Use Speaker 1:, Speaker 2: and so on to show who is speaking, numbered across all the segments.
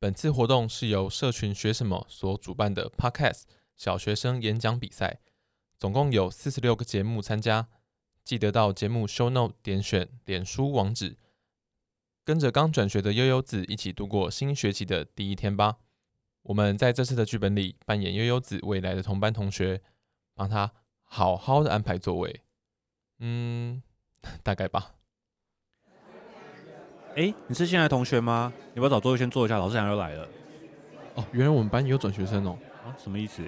Speaker 1: 本次活动是由社群学什么所主办的 Podcast 小学生演讲比赛，总共有四十六个节目参加。记得到节目 show note 点选脸书网址，跟着刚转学的悠悠子一起度过新学期的第一天吧。我们在这次的剧本里扮演悠悠子未来的同班同学，帮他好好的安排座位。嗯， 大概吧。
Speaker 2: 哎，你是新来的同学吗？你要不要找座位先坐一下，老师娘要来了。
Speaker 1: 哦，原来我们班也有转学生哦。
Speaker 2: 啊，什么意思？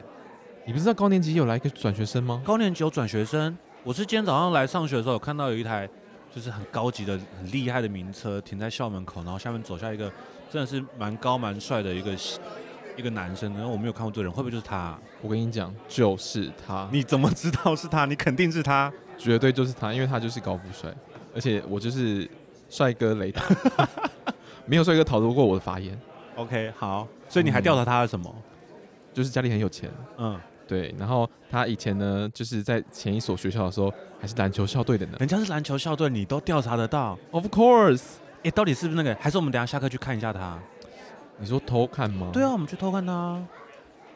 Speaker 1: 你不知道高年级有来一个转学生吗？
Speaker 2: 高年级有转学生，我是今天早上来上学的时候，有看到有一台就是很高级的、很厉害的名车停在校门口，然后下面走下一个真的是蛮高蛮帅的一个一个男生，然后我没有看过这个人，会不会就是他 啊、
Speaker 1: 我跟你讲，就是他，
Speaker 2: 你怎么知道是他？你肯定是他。
Speaker 1: 绝对就是他，因为他就是高富帅，而且我就是帅哥雷达， 没有帅哥逃得过我的法眼。
Speaker 2: OK，好，所以你还调查他的什么？
Speaker 1: 就是家里很有钱，
Speaker 2: 嗯，
Speaker 1: 对。然后他以前呢，就是在前一所学校的时候，还是篮球校队的呢。
Speaker 2: 人家是篮球校队，你都调查得到。
Speaker 1: Of course，
Speaker 2: 哎，到底是不是那个？还是我们等一下下课去看一下他？
Speaker 1: 你说偷看吗？
Speaker 2: 对啊，，我们去偷看他啊。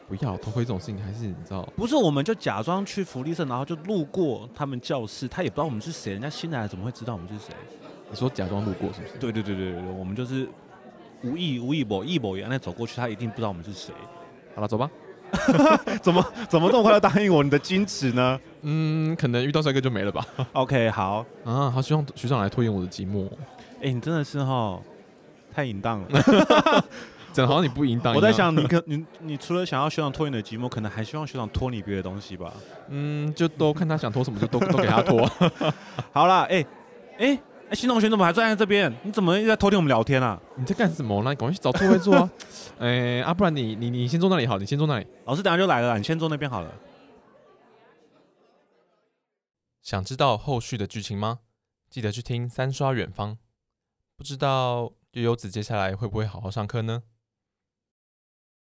Speaker 1: 不要偷窥这种事情，还是你知道，
Speaker 2: 不是，我们就假装去福利社，然后就路过他们教室，他也不知道我们是谁，人家新来的怎么会知道我们是谁？
Speaker 1: 你说假装路过是不是？，
Speaker 2: 对对对对对，我们就是无意无意某意某原来走过去，他一定不知道我们是谁。
Speaker 1: 好了，走吧。
Speaker 2: 怎么怎么这么快就答应我？你的矜持呢
Speaker 1: 嗯，可能遇到帅哥就没了吧。
Speaker 2: ？OK，好，
Speaker 1: 啊，好希望学长来拖延我的寂寞，
Speaker 2: 哎、你真的是哈太淫荡了。
Speaker 1: 讲得好像你不淫荡一样。
Speaker 2: 我在想，你可你你除了想要学长拖你的寂寞，可能还希望学长拖你别的东西吧。
Speaker 1: 嗯，就都看他想拖什么就都都给他拖。
Speaker 2: 好啦，哎、哎、哎，新同学你怎么还站在这边？你怎么一直在偷听我们聊天啊？
Speaker 1: 你在干什么啦？你赶快去找座位坐啊！ 哎、啊，不然你你你先坐那里好，你先坐那里。
Speaker 2: 老师等下就来了啦，啊你先坐那边好了。
Speaker 1: 想知道后续的剧情吗？记得去听《三刷远方》。不知道悠悠子接下来会不会好好上课呢？